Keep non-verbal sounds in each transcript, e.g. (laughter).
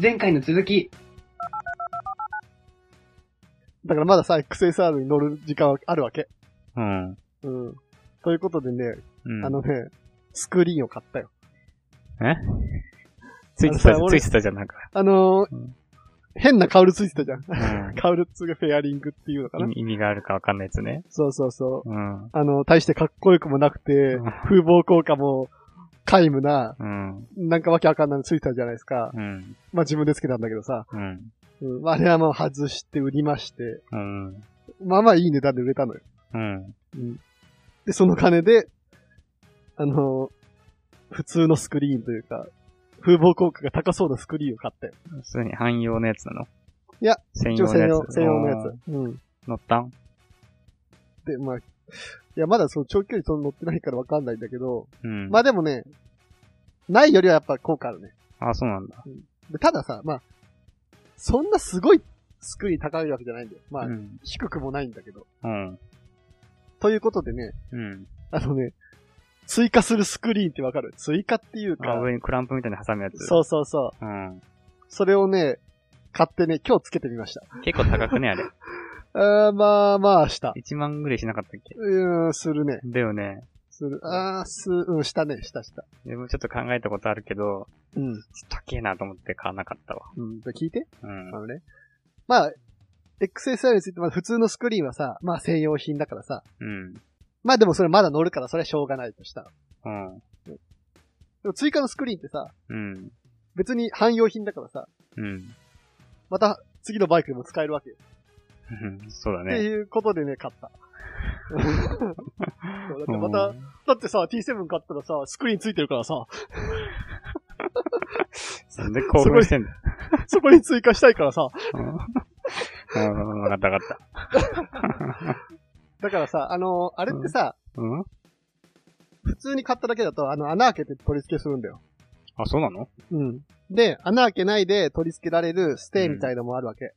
前回の続き。だからまださ、XSR に乗る時間はあるわけ。うん。うん。ということでね、うん。あのね、スクリーンを買ったよ。ついてたあのさ、つ俺いてたじゃん、なん (laughs) か。あのーうん変なカウルついてたじゃん。 (laughs) うカウルっつうかフェアリングっていうのかな。ん。意味意味があるかわかんないやつね。そうそうそう。うん。あの、大してかっこよくもなくてうん、風貌効果も皆無な、うん。なんかわけわかんないのついてたじゃないですか。うん。まあ自分でつけたんだけどさ。うん。うん。まああれはもう外して売りまして、うん。まあまあいい値段で売れたのよ。うん。で、その金で、あのー普通のスクリーンというか、風貌効果が高そうなスクリーンを買ったよ。普通に汎用のやつなのいや、専一応用の専や用、つ。専用のやつ。つ。うん。乗ったんで、まあ、いや、まだその長距離と乗ってないからわかんないんだけど、うん。まあでもね、ないよりはやっぱ効果あるね。あ、そうなんだ。でたださ、まあ、そんなすごいスクリーン高いわけじゃないんだよ。まあ、うん。低くもないんだけど。うん。ということでね、うん。あのね、追加するスクリーンってわかる追加っていうあ、か、上にクランプみたいに挟むやつ。そうそうそう。うん。それをね、買ってね、今日つけてみました。結構高くね、あれ。あーまあまあ、した。 1万ぐらいしなかったっけうーん、するね。だよね。する。あー、す、うん、したね、したした。でもちょっと考えたことあるけど、うん。ちょっと高えなと思って買わなかったわ。うん、で聞いて。うんあ。のね。まあ、XSR については普通のスクリーンはさ、まあ専用品だからさ。うん。まあでもそれまだ乗るからそれはしょうがないとしたら。うん。でも追加のスクリーンってさ、うん。別に汎用品だからさ、うん。また次のバイクでも使えるわけよ。うんそうだってね。いうことでね、買っ (laughs) た。そうだってまうた、んだってさ、T7 買ったらさ、スクリーンついてるからさ、そんで興奮してんだ (laughs) そこに追加したいからさ、うん。わかったわかった。だからさ、あのあれってさ、うん普通に買っただけだと、あの、穴開けて取り付けするんだよ。あ、そうなのうん。で、穴開けないで取り付けられるステーみたいのもあるわけ。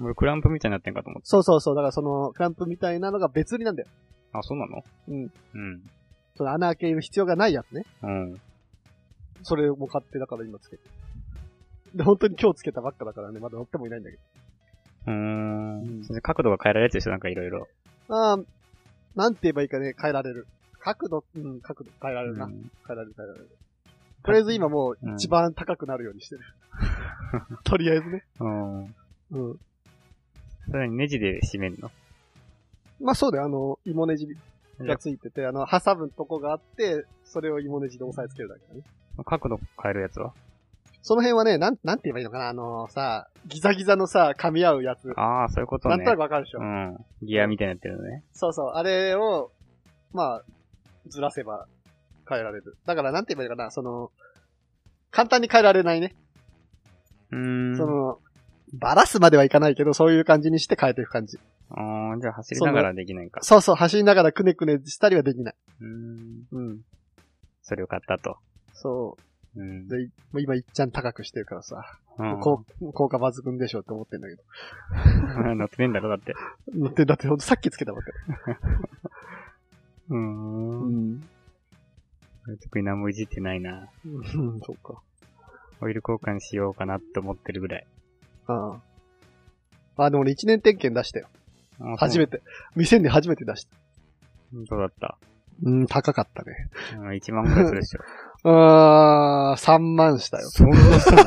俺クランプみたいになってんかと思っそうそうそう。だからその、クランプみたいなのが別売りなんだよ。た。あ、そうなのうん。うん。その穴開ける必要がないやつね。うん。それも買って、だから今つけてる。で、本当に今日つけたばっかだからね、まだ乗ってもいないんだけうーん。それで角度が変えられるやつでしょなんかいろいろ。ど。ああ、なんて言えばいいかね、変えられる。角度、うん、角度変えられるな。う変んえられる、変えられる。とりあえず今もう一番高くなるようにして (laughs) る。とりあえずね。うん。うん。それにネジで締めんのまあそうだよ、あの、芋ネジがついてて、あの、挟むとこがあって、それを芋ネジで押さえつけるだけだね。角度変えるやつはその辺はね、なん、なんて言えばいいのかな、あのさ、ギザギザのさ、噛み合うやつ。ああ、そういうことなんね。となくわかるでしょ、うん。ギアみたいになってるのね。そうそう、あれを、まあ、ずらせば変えられる。だからなんて言えばいいのかな、その、簡単に変えられないね。うーん。その、ばらすまではいかないけど、そういう感じにして変えていく感じ。あーじゃあ走りながらできないか。そうそう、走りながらくねくねしたりはできない。うーん。うん。それを買ったと。そうんう。。で、もう今いっちゃん高くしてるからさ。うん効効果抜群でしょって思ってんだけど。乗ってねえんだ (laughs) ろ、だって。だって、だってほんとさっきつけたばっかり。うーん。ん。俺特に何もいじってないな。うん、そっか。オイル交換しようかなって思ってるぐらい。ああ。あ、でも俺一年点検出したよ。初めめて。店で初めて出した。そうだった。うん、高かったね。うん、1万ぐらいするでしょ。あー、3万した (laughs) よ。そんなしたの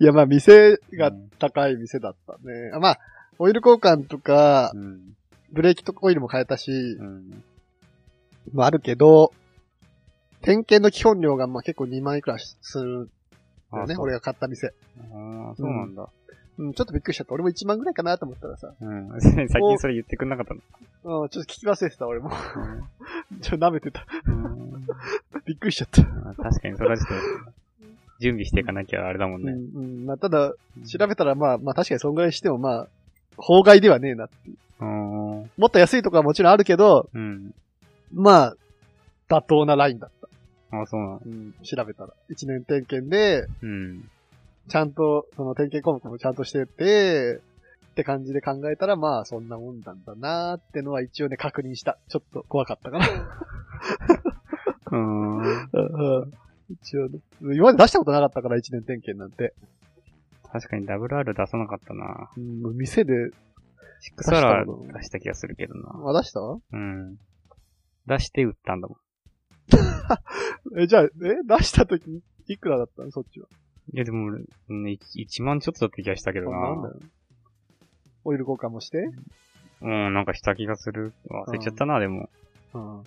いや、まあ店がうん高い店だったね。あまあ、オイル交換とかう、ん。ブレーキとかオイルも変えたしう、ん。まああるけど、点検の基本料がまあ結構2万いくらするんだよね。そう俺が買った店。ああ、そうなんだ。うん、ちょっとびっくりしちゃった。俺も1万ぐらいかなと思ったらさ、うん。 (laughs) 最近それ言ってくんなかったの。うん、ちょっと聞き忘れてた、俺も。 (laughs) ちょ、舐めてた。 (laughs) うんびっくりしちゃった。まあ確かに、それはちょっと、準備していかなきゃあれだもんうん、ね。うん。まあ、ただ、調べたら、まあ、まあ確かにそんぐらいしても、まあ、法外ではねえな。うん。もっと安いとこはもちろんあるけど、うん。まあ、妥当なラインだった。ああ、そうなの。うん、調べたら。一年点検で、うん。ちゃんと、その点検項目もちゃんとしてて、って感じで考えたら、まあ、そんなもんなんだなーってのは一応ね、確認した。ちょっと怖かったかな。うん。 (laughs) うんうん一応ね。今まで出したことなかったから、一年点検なんて。確かに WR 出さなかったな。うん、店で、 6サ出したラの出した気がするけどな。あ、出したうん。出して売ったんだもえ、じゃあ、え、出した時いくらだったのそっちは。ん。いやでも俺、うん、1万ちょっとだった気がしたけどなんだな。よ。オイル交換もして。うん、なんかした気がする。忘れちゃったな、でも。うん。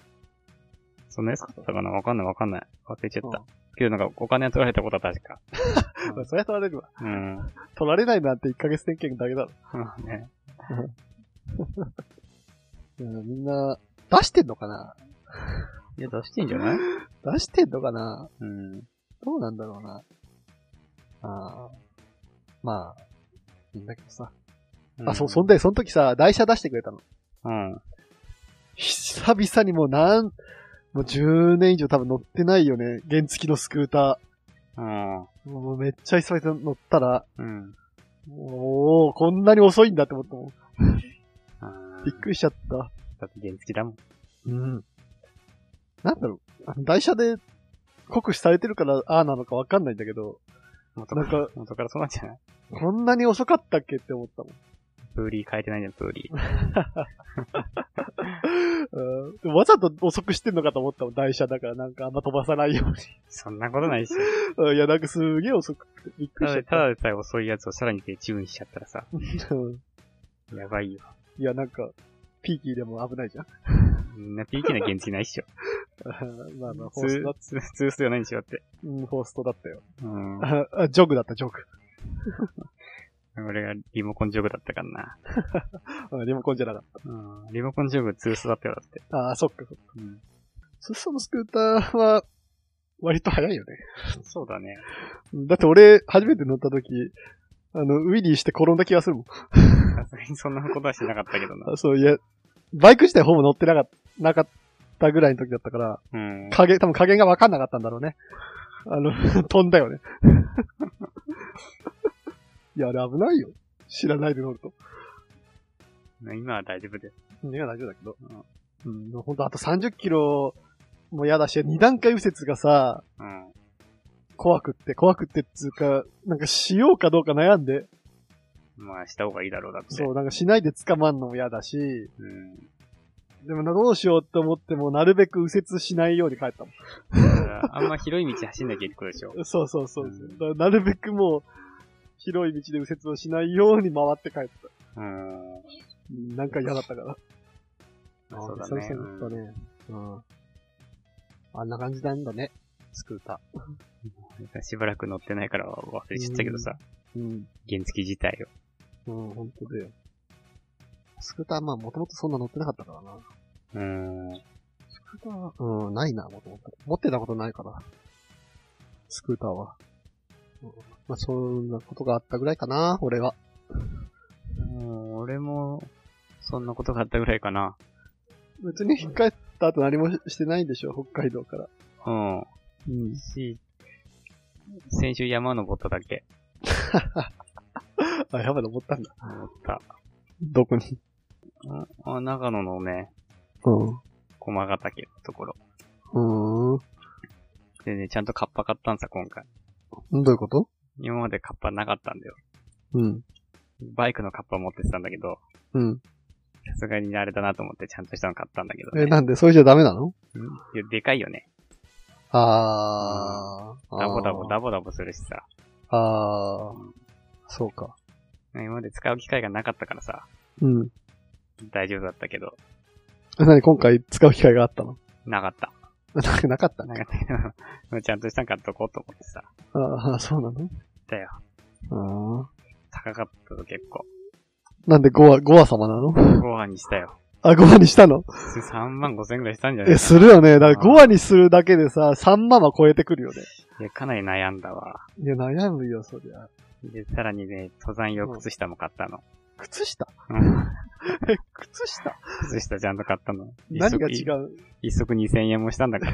そんな安かったかなわかんないわかんない。忘れちゃった。けどなんかお金は取られたことは確か。まあそりゃ取られるわ。うん。 (laughs) 取られないなんて1ヶ月点検だけだろ。まあね。うん、みんな、出してんのかないや、出してんじゃない出してんのかなうん。どうなんだろうな。ああ。まあ、いいんだけどさ。あ、そう、そんで。で、その時さ、台車出してくれたの。うん。久々にもうなん、もう10年以上多分乗ってないよね。原付きのスクータうん。ー。もうめっちゃ久々に乗ったら、うん。おー、こんなに遅いんだって思ったもん。あーびっくりしちゃった。だって原付だもん。うん。なんだろう、あの台車で酷使されてるからああなのかわかんないんだけど、元なかんら、か、元からそうなんじゃないこんなに遅かったっけって思ったもん。プーリー変えてないじゃん、プーリー。うんでもわざと遅くしてんのかと思ったもん、台車だからなんかあんま飛ばさないようにそんなことない (laughs) し。うん。いや、なんかすげえ遅くて、びっくたりしちゃだったた。だでさえ遅いやつをさらにでチューンしちゃったらさ、うんやばいよ。いや、なんか、ピーキーでも危ないじゃん。みんなピーキーな原付ないっしょ。うんまあまあ、ホース通トだ、、通通数がないんでしょだって。うん、ホーストだったよ。うん。ああジョグだった、ジョグ。俺がリモコンジョグだったからな。うんリモコンじゃなかっうん。リモコンジョグ通数だったよ、だって。た。ああ、そっか、そっか。うん。そそのスクーターは、割と早いよね。そうだね。だって俺、初めて乗った時、あの、ウィリーして転んだ気がするもん。さすがにそんなことはしなかったけどな。あそういや、バイク自体ほぼ乗ってなかった、なかったぐらいの時だったから、うん。加減、多分加減が分かんなかったんだろうね。あの、 (laughs) 飛んだよね。いや、あれ危ないよ。知らないで乗ると。今は大丈夫です。いや、大丈夫だけど。うん、ほんと、あと30キロも嫌だし、二段階右折がさ、うん。怖くって、怖くってっつうか、なんかしようかどうか悩んで、まあ、した方がいいだろう、だって。そう、なんかしないで捕まんのも嫌だし、うん。でもな、どうしようって思っても、なるべく右折しないように帰ったもだからあんま広い道走んなきゃいけないでしょ。ん。そうそうそう。うだんからなるべくもう、広い道で右折をしないように回って帰った。うん。うんなんか嫌だったから。そうだね久々に乗ったね。うん。あんな感じなんだね。スクータしばらく乗ってないから忘れちゃったけどさ、ー。うん。原付自体を。うん、本当だよ。スクーター、まあ、もともとそんな乗ってなかったからな。うん。スクーターは、うん、ないな、もともと。持ってたことないから。スクーターは。うんまあ、そんなことがあったぐらいかな、俺は。もう、俺も、そんなことがあったぐらいかな。別に引っ帰った後何もしてないんでしょ、北海道から。うん。うん。し、先週山登っただけ。あ、やばい、登ったんだ。登った。どこにあ、長野のね、う駒ヶ岳のところ。ん。うでね、ちゃんとカッパ買ったんさ、今回。ーん。どういうこと今までカッパなかったんだよ。うん。バイクのカッパ持ってたんだけど、うん。さすがにあれだなと思ってちゃんとしたの買ったんだけど、ね。え、なんで、それじゃダメなのうんいやでかいよね。あー。ダボダボ、ボ。ダボダボするしさ。あー。そうか。今まで使う機会がなかったからさ、うん。大丈夫だったけど、え、なに、今回使う機会があったの (laughs) なかった。ななかったなね。かったけ (laughs) ど、ちゃんとしたん買っとこうと思ってさ、あー、そうなのだよ。あ高かったぞ結構。ー。なんで、ゴア、ゴア様なのご飯にしたよ。あ、ゴアにしたの3万5千ぐらいしたんじゃないえ、するよね。だから、5アにするだけでさ、3万は超えてくるよね。いや、かなり悩んだわ。いや、悩むよ、そりゃ。で、さらにね、登山用靴下も買ったの。靴下 (laughs) うんえ、靴下靴下ちゃんと買ったの。何が違う (laughs) 一足二千円もしたんだか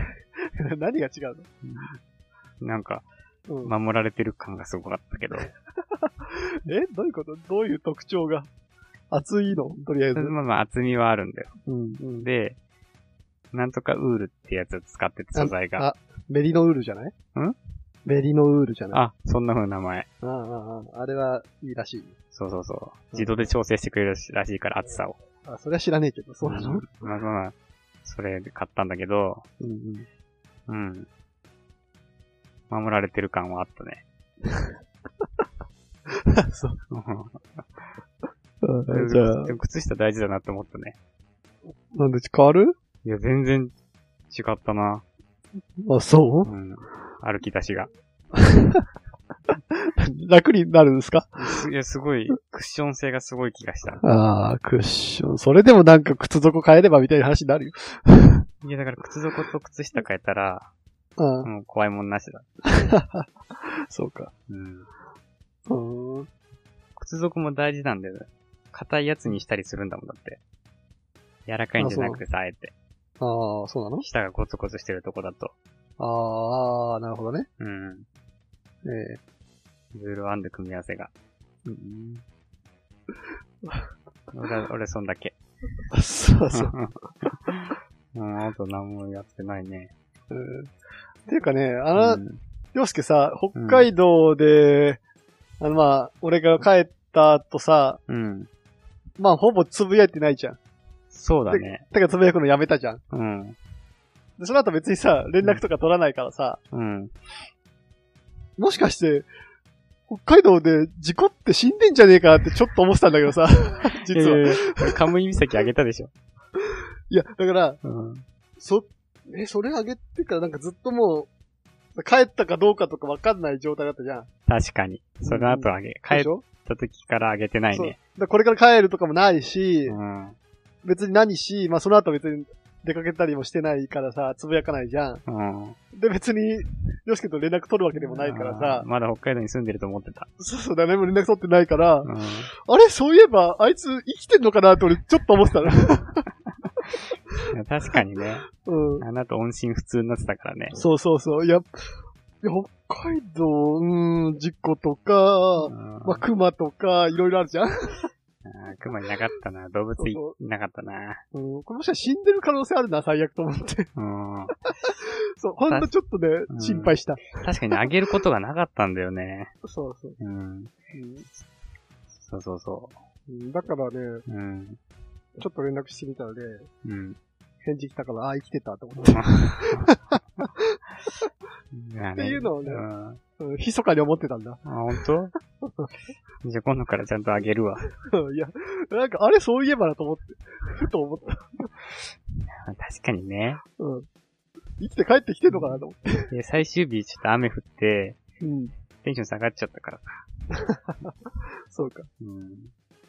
ら。 (laughs) 何が違うなんか、の、うん守られてる感がすごかった (laughs) けど。え、どういうことどういう特徴が厚いのとりあえず。まあまあ、厚みはあるんだよ。うん。うん、で、なんとかウールってやつを使ってて、素材が。あ、メリノウールじゃないんメリノウールじゃないあ、そんな風な名前。あああああれはいいらしい。そうそうそう。自動で調整してくれるらしいから、暑さを。あ、それは知らねえけど、そうなのまあまあ、それで買ったんだけど、うんうん。うん。守られてる感はあったね。 (laughs) そう。うあんじゃあで、も靴下大事だなって思ったね。なんで変わるいや、全然違ったな。。あ、そう (laughs) うん歩き出しが。楽になるんですかすいや、すごい、クッション性がすごい気がした。ああ、クッション。それでもなんか靴底変えればみたいな話になるよ。いや、だから靴底と靴下変えたら、ああ、もう怖いもんなしだ。そうか。うん。うーん。靴底も大事なんだよね。硬いやつにしたりするんだもんだって。柔らかいんじゃなくてさ、あえて。ああ、そうなの下がゴツゴツしてるとこだと。ああ、なるほどね。うん。ええいろいろあんで組み合わせが。うん俺、 (laughs) 俺そんだけ。そうそう。 (laughs) うん、あと何もやってないね。うん (laughs) っていうかね、あの、うんりょうすけさ、北海道で、あの、まあ、俺が帰った後さ、うん。まあ、ほぼつぶやいてないじゃん。だそうだね。からつぶやくのやめたじゃん。うん。で、その後別にさ、連絡とか取らないからさ、うん。もしかして、北海道で事故って死んでんじゃねえかってちょっと思ってたんだけどさ、 (laughs) 実は。いやいやいや。俺カムイ岬あげたでしょ。いや、だから、うん。そ、え、それあげてからなんかずっともう、帰ったかどうかとかわかんない状態だったじゃん。確かに。その後あげ、帰でっしょた時からあげてないそう。だねか。らこれから帰るとかもないしう、ん。うん。別に何し、まあその後別に出かけたりもしてないからさ、つぶやかないじゃん。で別に、よしけと連絡取るわけでもないからあさー、まだ北海道に住んでると思ってた。そうそう、誰も連絡取ってないから、うん。あれそういえば、あいつ生きてんのかなって俺ちょっと思ってたの。 (laughs) いや確かにね。うん。あなた音信不通になってたからね。そうそうそう。いや、いや北海道、うん、事故とかう、んまあ、熊とか、いろいろあるじゃん。あー熊いなかったな。動物いそうなかったな。うん、この人は死んでる可能性あるな、最悪と思って。 (laughs) うん。そう、ほんとちょっとねう、ん心配した。確かにあげることがなかったんだよね。そうそう。うん。そうそうそうん、だからね、う。うん。ちょっと連絡してみたらね、うん。返事来たから、あ、生きてたと思って。っっていうのをねうん。あ、うん、密かに思ってたんだ。本 (laughs) 当？じゃあ今度からちゃんとあげるわ。うんいや、なんか、あれそういえばなと思って、 (laughs) ふと思った。確かにね。うん。生きて帰ってきてんのかなと思って。で最終日ちょっと雨降って、うん。テンション下がっちゃったから。そうか。うん。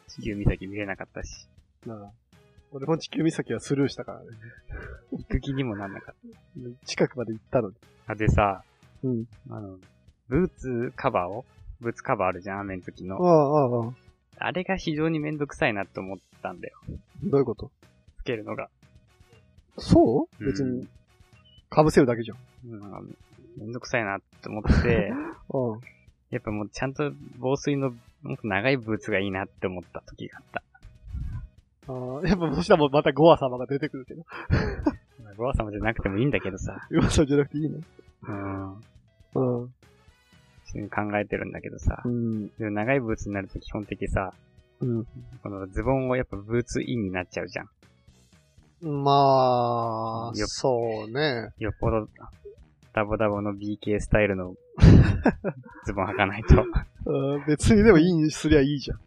地球岬見れなかったし。なあ。俺も地球岬はスルーしたからね。行く気にもなんなかっ近くまで行ったのに。た。あ、でさ、うん。あの、ブーツカバーをブーツカバーあるじゃん、雨の時の。ああ、ああ、ああ。あれが非常にめんどくさいなって思ったんだよ。どういうことつけるのが。そううん別に、被せるだけじゃん。うん、めんどくさいなって思って、うん。やっぱもうちゃんと防水のもっと長いブーツがいいなって思った時があった。ああ、やっぱそしたらもうまたゴア様が出てくるけど。ロア様じゃなくてもいいんだけどさ。ゴア様じゃなくていいね。うん。うん。一緒に考えてるんだけどさう。ん。でも長いブーツになると基本的にさ、うこのズボンをやっぱブーツインになっちゃうじゃん。ん。まあ、よっそうね。よっぽど、ダボダボの BK スタイ (laughs) ルのズボン履かないと。 (laughs) うん別にでもいいにすりゃいいじゃん。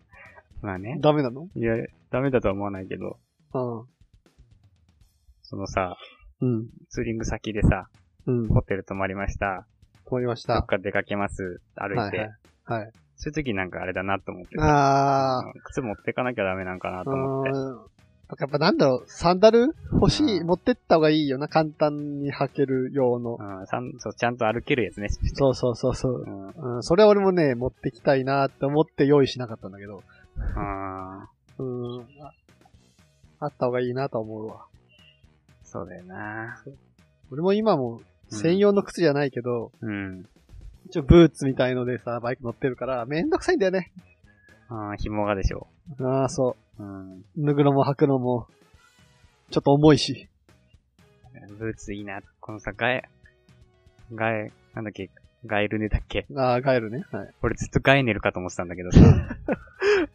まあね。ダメなのいや、ダメだとは思わないけど、うそのさ、ん。うん。ツーリング先でさ、うん。ホテル泊まりました。止まりまし。どったか出かけます。歩いて。はいはい。はい。そういう時なんかあれだなと思ってさ。あうん靴持ってかなきゃダメなんかなー。と思って。うんやっぱなんだろう、サンダル欲しい、うん持ってった方がいいよな、簡単に履ける用の。うん、さんそうちゃんと歩けるやつね。そうそうそうそう。うん。あうん、それは俺もね、持ってきたいなって思って用意しなかったんだけど。あうん。ああった方がいいなと思うわ。ー、そうだよな。俺も今も専用の靴じゃないけど、うん。一応ブーツみたいのでさ、バイク乗ってるから、めんどくさいんだよね。ああ、紐がでしょ。ああ、そうん。う。脱ぐのも履くのも、ちょっと重いし。ブーツいいな。このさ、ガエ、ガエ、なんだっけ、ガエルネだっけ。あーガエルね。はい。俺ずっとガエネルかと思ってたんだけどさ。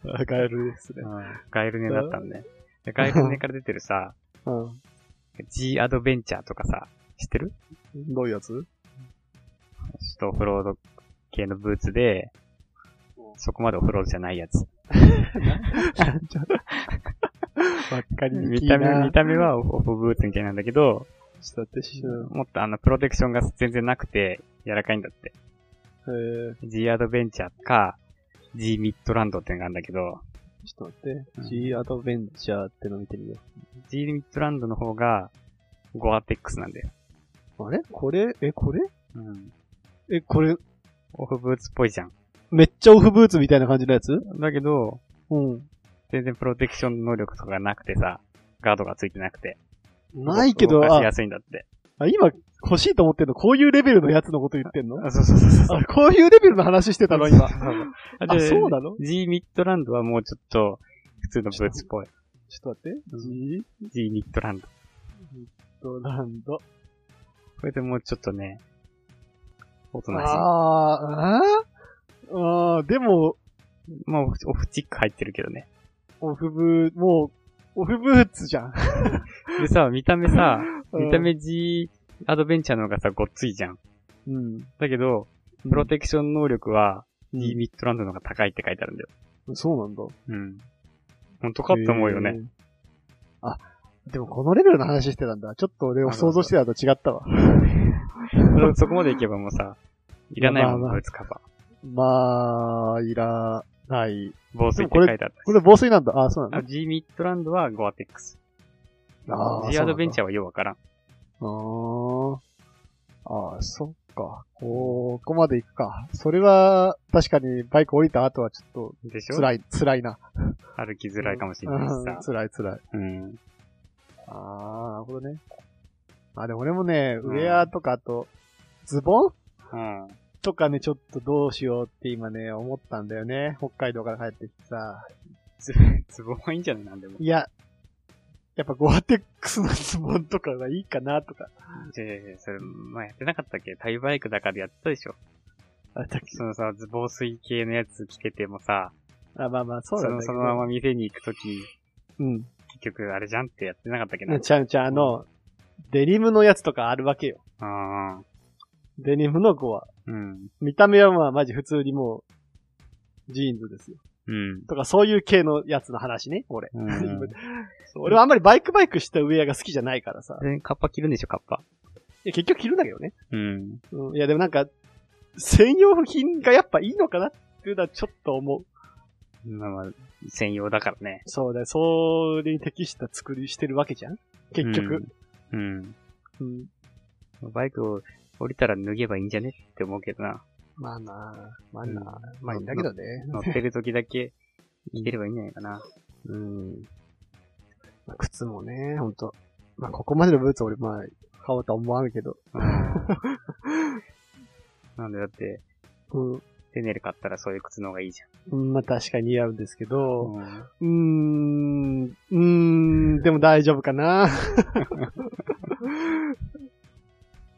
あーガエルですうね。んガエルネだったんで。でガエルネから出てるさ、うん。 G アドベンチャーとかさ、知ってるどういうやつちょっとオフロード系のブーツで、そこまでオフロードじゃないやつ。ばっかり見た目、見たた目はオフオフブーツみたいなんだけど、ちょっと待って、うんもっとあの、プロテクションが全然なくて、柔らかいんだって。えー、 G アドベンチャーか、G ミッドランドってのがあるんだけど、ちょっと待うんって、G アドベンチャーっての見てみよ G ミッドランドの方が、ゴアテックスなんだよ。う。あれこれえ、これうん。え、これ、オフブーツっぽいじゃん。めっちゃオフブーツみたいな感じのやつだけど、うん。全然プロテクション能力とかがなくてさ、ガードがついてなくて。ないけど、動かしあや、すいんだって。あ今欲しいと思ってんのこういうレベルのやつのこと言ってんのあ、そうそうそうそう。 (laughs) あ、こういうレベルの話してたの今。あ、でそうなの G ミッドランドはもうちょっと、普通のブーツっぽい。ちょっと待って。G G ミッドランド。ドランド。これでもうちょっとね、おとなしあい。ー、あーあーでも、まあ、オフオフチック入ってるけどね。オフブー、もう、オフブーツじゃん。でさ、見た目 (laughs) さ、うん (laughs) 見た目 G アドベンチャーの方がさ、ごっついじゃん。うん。だけど、プロテクション能力は、うん G ミッドランドの方が高いって書いてあるんだよ。そうなんだ。ようん。本当かって思うよね。。あ、でもこのレベルの話してたんだ。ちょっと俺を想像してたのと違ったわ。そそこまでいけばもうさ、いらないもん、まあまあブーツカバまあ、いらない。ー。防水でってもこ書れいてあっこれ防水なんだ。あ、そうなた。あんだ。 G ミッドランドはゴアテックス。あー G アドベンチャー。ャーはようわからあん。ーあー、そっか。ここまで行くか。それは、確かにバイク降りた後はちょっでしとょ辛い、辛いな。歩きづらいかもしれないしうんさ。 (laughs) 辛い辛い。うん。ああ、なるほどね。あ、でも俺もね、うウんェアとかあと、ズボンうん。とかね、ちょっとどうしようって今ね、思ったんだよね。北海道から帰ってきてさ。つ、つぼはいいんじゃないなんでも。いや、やっぱゴアテックスのズボンとかがいいかなとか。いやいやいやそれ、まあ、やってなかったっけタイバイクだからやってたでしょあ、たそのさ、ズボ水系のやつ着ててもさ、あまあまあ、そうそなんのだけそど。のまま店に行くとき、うん。結局あれじゃんってやってなかったっけねな。ちゃうちゃう、あの、デニムのやつとかあるわけよ。ああ、デニムのゴア。うん。見た目はまあ、マジ普通にもう、ジーンズですよ。うん。とか、そういう系のやつの話ね、俺。うん (laughs) そう俺はあんまりバイクバイクしたウェアが好きじゃないからさ。で、カッパ着るんでしょ、カッパ。いや、結局着るんだけどね。うん。うん。いや、でもなんか、専用品がやっぱいいのかなっていうのはちょっと思う。まあまあ、専用だからね。そうだよ。それに適した作りしてるわけじゃん結局。うん。うん。バイクを降りたら脱げばいいんじゃねって思うけどな。まあなあまあうんなあまあいいんだけどね。乗ってる時だけ着てればいいんじゃないかな。 (laughs) うん。まあ靴もね、ほんと。まあ、ここまでのブーツは俺、まあ、買おうとは思わんけど。うんなんでだって、うテネル買ったらそういう靴の方がいいじん。まあ、確かに似合うんですけゃん。ど、ううんーん、うーん、でも大丈夫かな (laughs)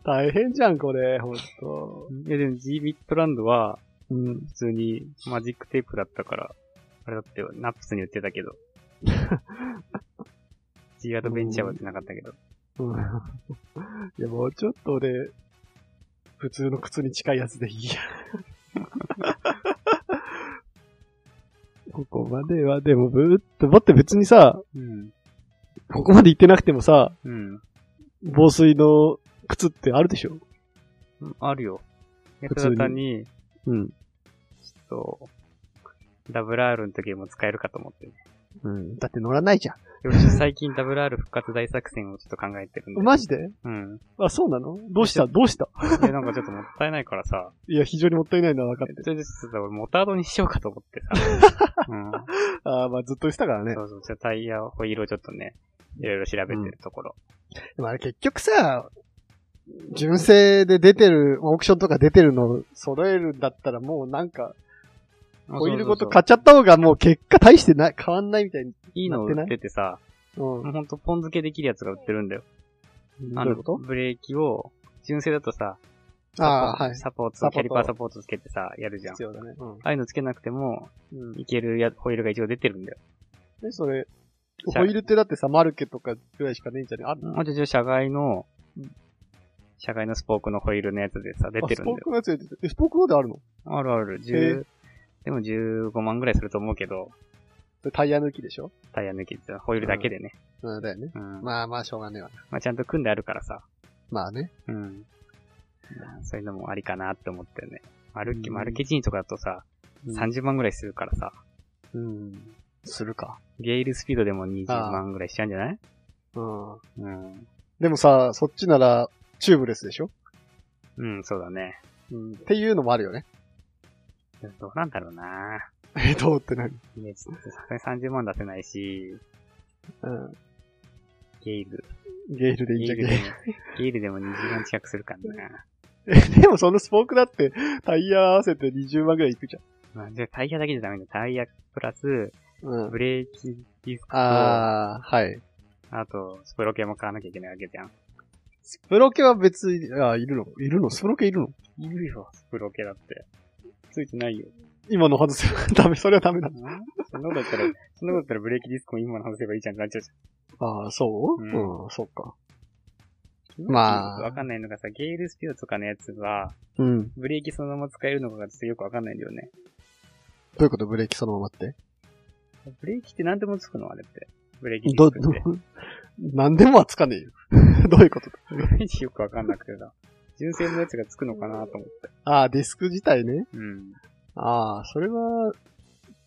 大変じゃん、これ、ほんと。いやでも G ミッドランドはうん。普通にマジックテープだったから、あれだってナップスに売ってた (laughs) けど。G アドベンチャーは売ってなかったけど。うんいや、もうちょっと俺、普通の靴に近いやつでいい (laughs) や。ここまでは、でもブーって、待って別にさ、うん。ここまで行ってなくてもさ、うん。防水の靴ってあるでしょあるよ。や普た通にだ単に、うん。ちょっと、ダブル R の時も使えるかと思ってね。うん。だって乗らないじゃ (laughs) よし、最近ダブル R 復活大作戦をちょっと考えてるんで。ん。マジでうん。あ、そうなのどうしたどうしたいや、なんかちょっともったいないからさ、いや、非常にもったいないのは分かってる。それでちょっと俺モタードにしようかと思ってさ。 (laughs) うん。ああ、まあずっとしたからねそ。うそう、じゃあタイヤ、ホイールをちょっとね、いろいろ調べてるところ。でもあれ結局さ、純正で出てる、オークションとか出てるのを揃えるんだったらもうなんか、ホイールごと買かっちゃった方がもう結果大してない、変わんないみたいに。いいの売っててさ、うん。ほんとポン付けできるやつが売ってるんだよ。どういうことブレーキを、純正だとさ、ああ、はい。サポーツサポー、トキャリパーサポートつけてさ、やるじゃん。必要だね。うんああいうのつけなくても、。うん。いけるやホイールが一応出てるんだよ。で、それ、じゃあホイールってだってさ、マルケとかぐらいしかねえんじゃねあるあとじゃあ、車外の、車外のスポークのホイールのやつでさ、出てるあスんだポよー。クのやつ出てる。え、スポークのであるのあるある、へ10、でも15万ぐらいすると思うけど、それタイヤ抜きでしょタイヤ抜きって、ホイールだけでね。うん、だよね。うん。ままあまあ、しょうがねえわな。あ、ちゃんと組んであるからさ。まあね。うん。そういうのもありかなって思ってね。マルケ、マルケジーンとかだとさ、30万ぐらいするからさ、うん。するか。ゲイルスピードでも20万ぐらいしちゃうんじゃないうん。うん。でもさ、そっちなら、チューブレスでしょうん、そうだね。うん。っていうのもあるよね。 (laughs) どうなんだろうなえ、どうって何ね、ちょっとさすがに30万出せないし、うん。ゲイル。ゲールでいいんじゲゃイけルでも、ゲイルでも20万近くするからな。 (laughs) ど。でもそのスポークだって、タイヤ合わせて20万ぐらいいくじゃん。まあ、じゃあタイヤだけじゃダメだ。タイヤプラス、うん。ブレーキディスクと、ああー、はい。と、スプロケも買わなきゃいけないわけじゃん。スプロケは別に、あいるのいるのスプロケいるのいるよ、スプロケだって。ついてないよ。今の外せば (laughs) ダメ、それはダメだ。そんなことだったら、 (laughs) そんなことだったらブレーキディスクも今の外せばいいじゃんってなっちゃうじああ、そうううんん、そっか。ゃん。まあわかんないのがさ、ゲイルスピードとかのやつは、うん。ブレーキそのまま使えるのかがちょっとよくわかんないんだよね。どういうことブレーキそのままって。ブレーキって何でもつくのあれって。ブレーキディどスクって。、何でもはつかねえよ。 (laughs) どういうことだブレーキ (laughs) よくわかんなくてさ。純正のやつがつくのかなと思って。ああ、ディスク自体ね。うん。ああ、それは、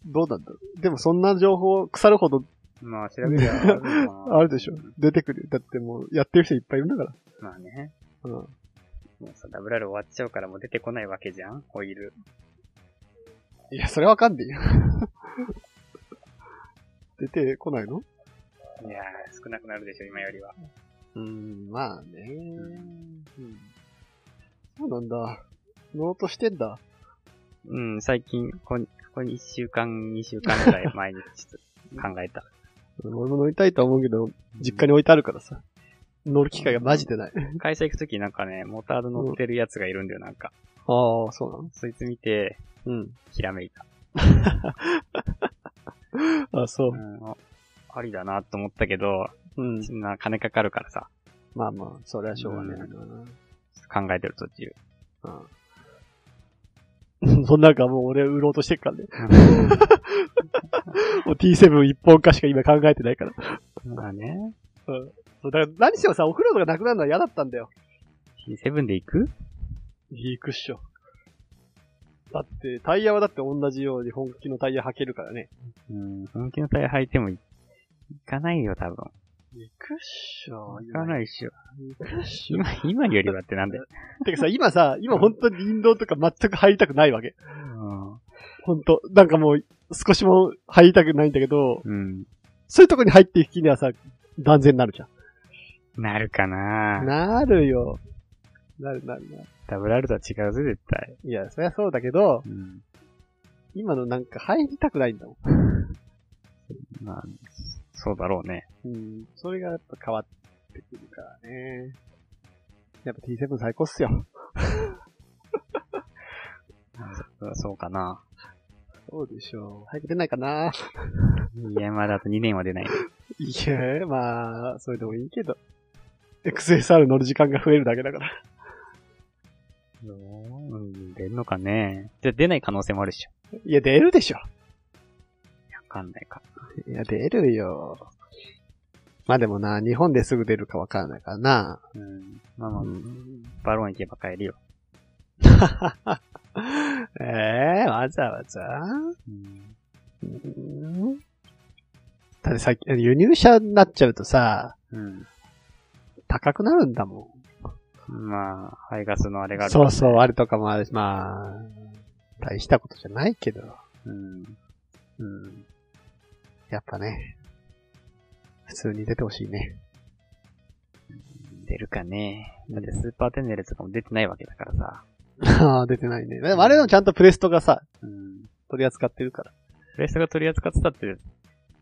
どうなんだろう。でもそんな情報、腐るほどまあ、調べり (laughs) ゃあるのかなあるでしょ。出てくる。だってもう、やってる人いっぱいいるんだから。まあね。うん。もうさ、ダブル R 終わっちゃうからもう出てこないわけじゃんホイール。いや、それわかんねえよ。 (laughs) 出てこないのいやー、少なくなるでしょ、今よりは。うん、まあね。うん。そうなんだ。乗ろうとしてんだ。うん、最近、こここに1週間、2週間ぐらい前にちょっ (laughs) と考えた。俺も乗りたいとは思うけど、実家に置いてあるからさ。乗る機会がマジでない。会社行くときなんかね、モーターで乗ってるやつがいるんだよ、なんか。ああ、そうなのそいつ見て、うん。ひらめいた。あ、そうう。ん、あありだなと思ったけど、うん。そんな金かかるからさ、まあまあ、それはしょうがねえな。考えてる途中。うん。そんなんかもう俺売ろうとしてるからね。もう T7 一本化しか今考えてないから。まあね。そうだから何しろさ、オフロードがなくなるのは嫌だったんだよ。 T7 で行くいいクッション。だって、タイヤはだって同じように本気のタイヤ履けるからね。うん、本気のタイヤ履いてもい行かないよ、多分。いいクッショ行かい。ないっしょ。いクッション。 (laughs) 今、今よりはってなんだよ。てかさ、今さ、今本当に林道とか全く入りたくないわけ。う本当なんかもう、少しも入りたくないんだけど、ん。そういうとこに入っていく気にはさ、断然なるじゃ。なるかなんなるよ。なるなるなる。ダブル R とは違うぜ、絶対。いや、そりゃそうだけど、うん。今のなんか入りたくないんだもまあ、そうだろうね。ん。うん。それがやっぱ変わってくるからね。やっぱ T7 最高っすよ。そうかな。そうでしょう。早く出ないかな。 (laughs) いや、まだあと2年は出ないね。いや、まあ、それでもいいけど。XSR 乗る時間が増えるだけだから。うん、出んのかね。じゃあ出ない可能性もあるっしょ。いや、出るでしょ。わかんないか。いや、出るよ。まあでもな、日本ですぐ出るかわからないからな。うん。まあまあ、うんバロン行けば帰るよ。ええわざわざうん。だってさっき、輸入車になっちゃうとさ、うん。高くなるんだもまあ、排ガスのあれがあん。る。そうそう、あれとかもあるし、まあ、大したことじゃないけど、う。うん。うん。やっぱね、普通に出てほしいね。 (laughs) 出るかね。だってスーパーテンネルとかも出てないわけだからさ。ああ、出てないね。でもあれでもちゃんとプレストがさ、うん。取り扱ってるから。プレストが取り扱ってたって、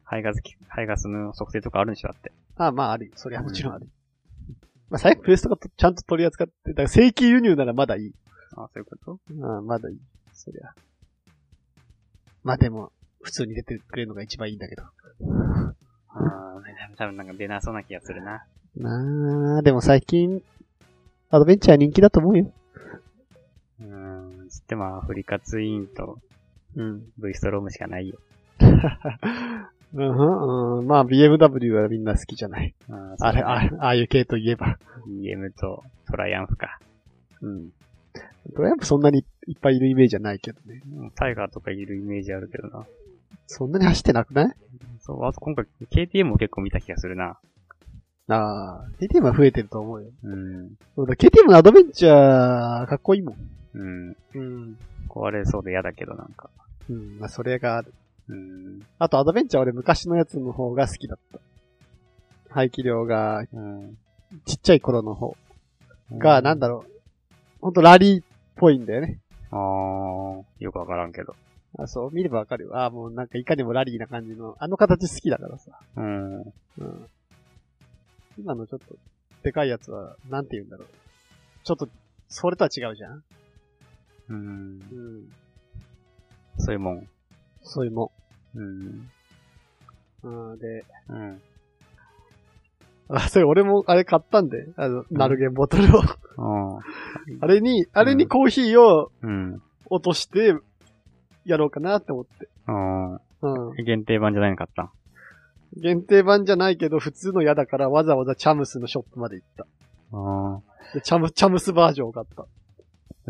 排ガスき、排ガスの測定とかあるんでしょだって。ああ、まああるよ。そりゃもちろんある。まあ、最悪プレスとかとちゃんと取り扱って、だから正規輸入ならまだいい。あそういうことうん、まだいい。そりゃ。まあでも、普通に出てくれるのが一番いいんだけど。ああ、多分なんか出なそうな気がするな。なあ、でも最近、アドベンチャー人気だと思うよ。 (laughs) うーん、つってもアフリカツイーンとうん。 V ストロームしかないよ。うんふん、うん、まあ BMW はみんな好きじゃない。ああれ、あれああいう系といえば。 EM とトライアンフか。うん。ドライブそんなにいっぱいいるイメージはないけどね。うんタイガーとかいるイメージあるけどな。そんなに走ってなくないそう、あと今回 KTM も結構見た気がするな。ああ、KTM は増えてると思うよ。うん。そうだ、KTM のアドベンチャー、かっこいいもん。うん。うん。壊れそうで嫌だけどなんか。うん、まあそれがある。うん。あとアドベンチャーは俺昔のやつの方が好きだった。排気量がうん。ちっちゃい頃の方が、なんだろう。ほんとラリーっぽいんだよね。あー、よくわからんけど。あ、そう、見ればわかるよ。ああ、もうなんかいかにもラリーな感じの、あの形好きだからさ。うん。うん。今のちょっと、でかいやつは、なんて言うんだろう。ちょっと、それとは違うじゃんうん。うん。そういうもん。そういうもうん。ん。うん、で、うん。あ、それ俺もあれ買ったんで、あの、ナルゲンボトルを。ああれに、あれにコーヒーをーうん。落として、やろうかなって思って。あうん。ー限定版じゃないのかった。限定版じゃないけど、普通の嫌だからわざわざチャムスのショップまで行った。あー。で、チャム、チャムスバージョンを買った。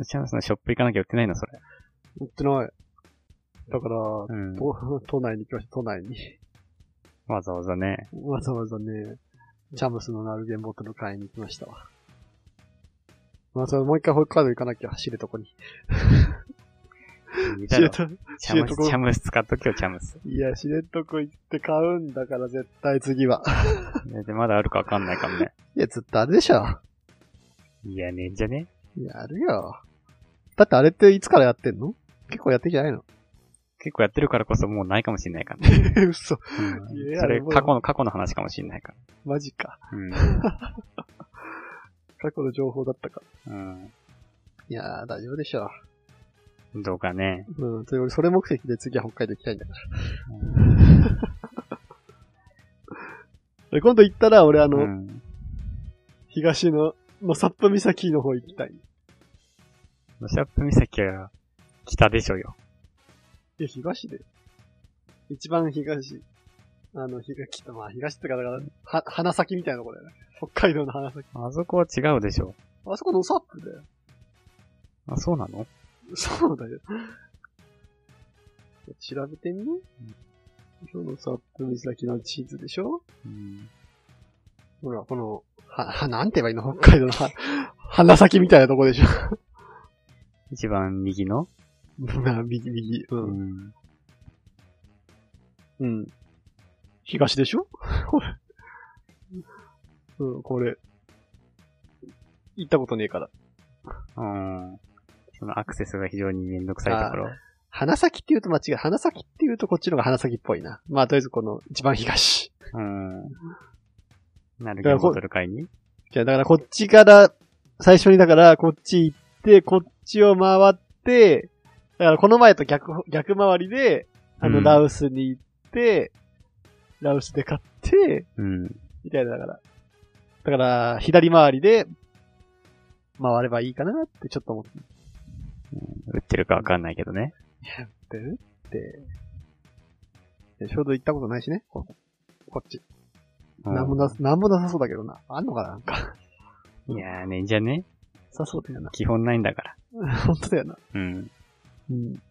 チャンスのショップ行かなきゃ売ってないの、それ。売ってない。だから、うん。都都内に行きました、都内に。わざわざね。わざわざね、チャムスのナルゲンボトル買いに行きましたわ。まあ、それもう一回ホイカード行かなきゃ、知るとこに。いいだ知ろるとこ。チャム知ス、床チャムス使っときよ、チャムス。いや、知るとこ行って買うんだから、絶対次は。ででまだあるかわかんないかもね。いや、ずっとあれでしょ。いや、ねえんじゃねいや、あるよ。だってあれっていつからやってんの結構やってんじゃないの結構やってるからこそもうないかもしんないからね。嘘。うんいやそあれれ、もう過去の、過去の話かもしんないかマジか。ら。過去の情報だったか。うん。いやー、大丈夫でしょうん。どうかね。う。うん。というそれ目的で次は北海道行きたいんだから。で今度行ったら、俺あうの、ん。東の、のサップ岬の方行きたい。ロシャップ岬は、北でしょうよ。え、東で一番東。あの、東、きっとまあ、東ってか、だから、は、花咲みたいなとこだよね。北海道の花咲。あそこは違うでしょあそこのサップだよ。う。あ、そうなのそうだよ。 (laughs) 調べてみ今日のサップ岬の地図でしょうん。ほら、この、は、は、なんて言えばいいの北海道のは、 (laughs) 花咲みたいなとこでしょ一番右の (laughs) まあ、右、右。う。うんん。うん。東でしょ (laughs) これ。うん、これ。行ったことねえから。うん。そのアクセスが非常にめんどくさいところ。花咲って言うと間違い。花咲って言うとこっちのが花咲っぽいな。まあ、とりあえずこの一番東。うん。なるゲームボトル会にじゃあ、だからこっちから、最初にだからこっち行って、こっちを回って、だからこの前と逆ほ、逆回りで、あうの、んラウスに行って、ラウスで買って、うん。みたいな、だから。だから、左回りで、回ればいいかなってちょっと思って売ってるかわかんないけどね。るって。でちょうど行ったことないしね、ここっち。うんなんもな、なんもなさそうだけどな。あんのかななんか。いやーね、じゃあね、なさそうだ (laughs) よな。基本ないんだから。本当だよな。うん。うん。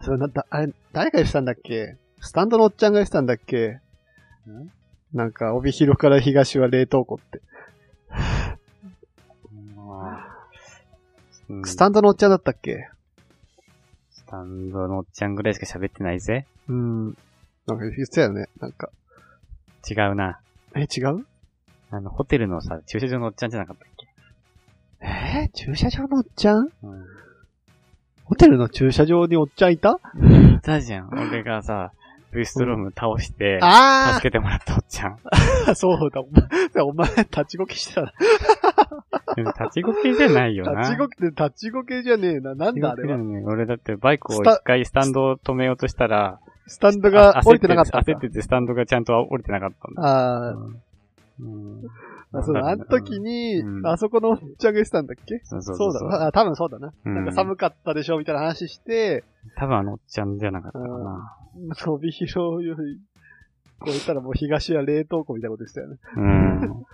それな、だ、あれ、誰が言ってたんだっけスタンドのおっちゃんが言ってたんだっけんなんか、帯広から東は冷凍庫って。うんスタンドのおっちゃんだったっけスタンドのおっちゃんぐらいしか喋ってないぜ。うん。なんか言ってたよね。なんか。違うな。え、違うあの、ホテルのさ、駐車場のおっちゃんじゃなかったっけえー駐車場のおっちゃんうん。ホテルの駐車場におっちゃんいたいたじゃん。俺がさ、ウィストローム倒して、あ助けてもらったおっちゃん。あ (laughs) そうだ、お前、お前、立ちごけしてたな。でも立ちこけじゃないよな。立ちごけ、立ちごけじゃねえな。なんだあれ立ちこけだはよ。ね。俺だってバイクをスタ一回スタンドを止めようとしたら、スタンドが降りてなかったあんだ焦っててスタンドがちゃんと降りてなかったんだ。あうんあ、そうだ、あの時にう、んあそこのおっちゃんがしてたんだっけそうそうそそううそだうな。あ多分そうだな。うんなんか寒かったでしょみたいな話して、多分あのおっちゃんじゃなかったかな。伸び広より、こう言ったらもう東は冷凍庫みたいなことでしたよね。うん。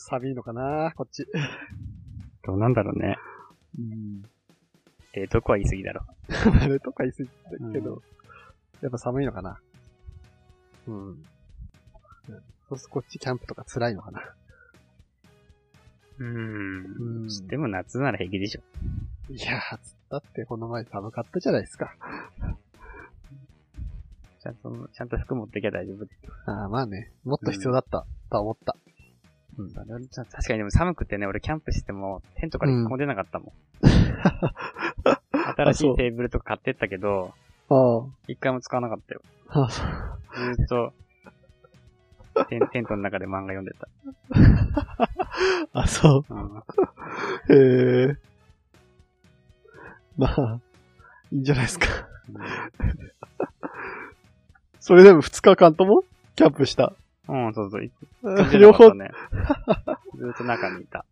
寒いのかなこっち。どうなんだろうね。うん。えー、どこは言い過ぎだろ冷凍庫は言い過ぎたけど、うやっぱ寒いのかなうん。うんそうするとこっちキャンプとか辛いのかなう。うんん。でも夏なら平気でしょ。いやー、だってこの前寒かったじゃないですか。ちゃんと、ちゃんと服持ってきゃ大丈夫。ああ、まあね。もっと必要だった、とは思った。うん。確かにでも寒くてね、俺キャンプしても、テントから一個も出なかったもん。あ新しそいうテーブルとか買ってったけど、あ一回も使わなかったよ。あ。あそうずーっと、テンテントの中で漫画読んでた。あ、そう。うん。へえ。まあ、いいんじゃないですか。それでも2日間ともキャンプした。うん、そうそう。両方、ね。ずーっと中にいた。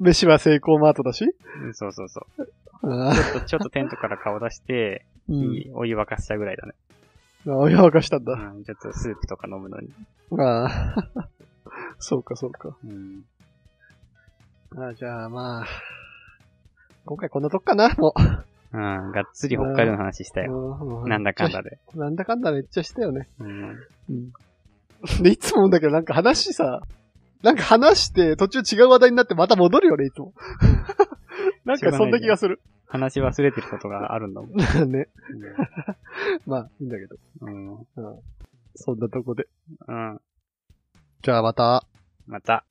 飯は成功マートだし。うん、そうそうそう。あ (laughs) ちょっと、ちょっとテントから顔出して、う火ん。お湯沸かしたぐらいだね。お湯沸かしたんだ。うん、ちょっとスープとか飲むのに。ああ。 (laughs) そうか、そうか。うん。ああじゃあまあ、今回こんなとこかな、もうん、がっつり北海道の話したうよ。う。なんだかんだで。 (laughs) なんだかんだめっちゃしたよね。うん。で、いつも思うんだけど、なんか話さ、なんか話して、途中違う話題になってまた戻るよね、いつも。 (laughs) なんかそんな気がする。話忘れてることがあるんだもん。 (laughs) ね。まあ、いいんだけど。うん。そんなとこで。うん。じゃあまた。また。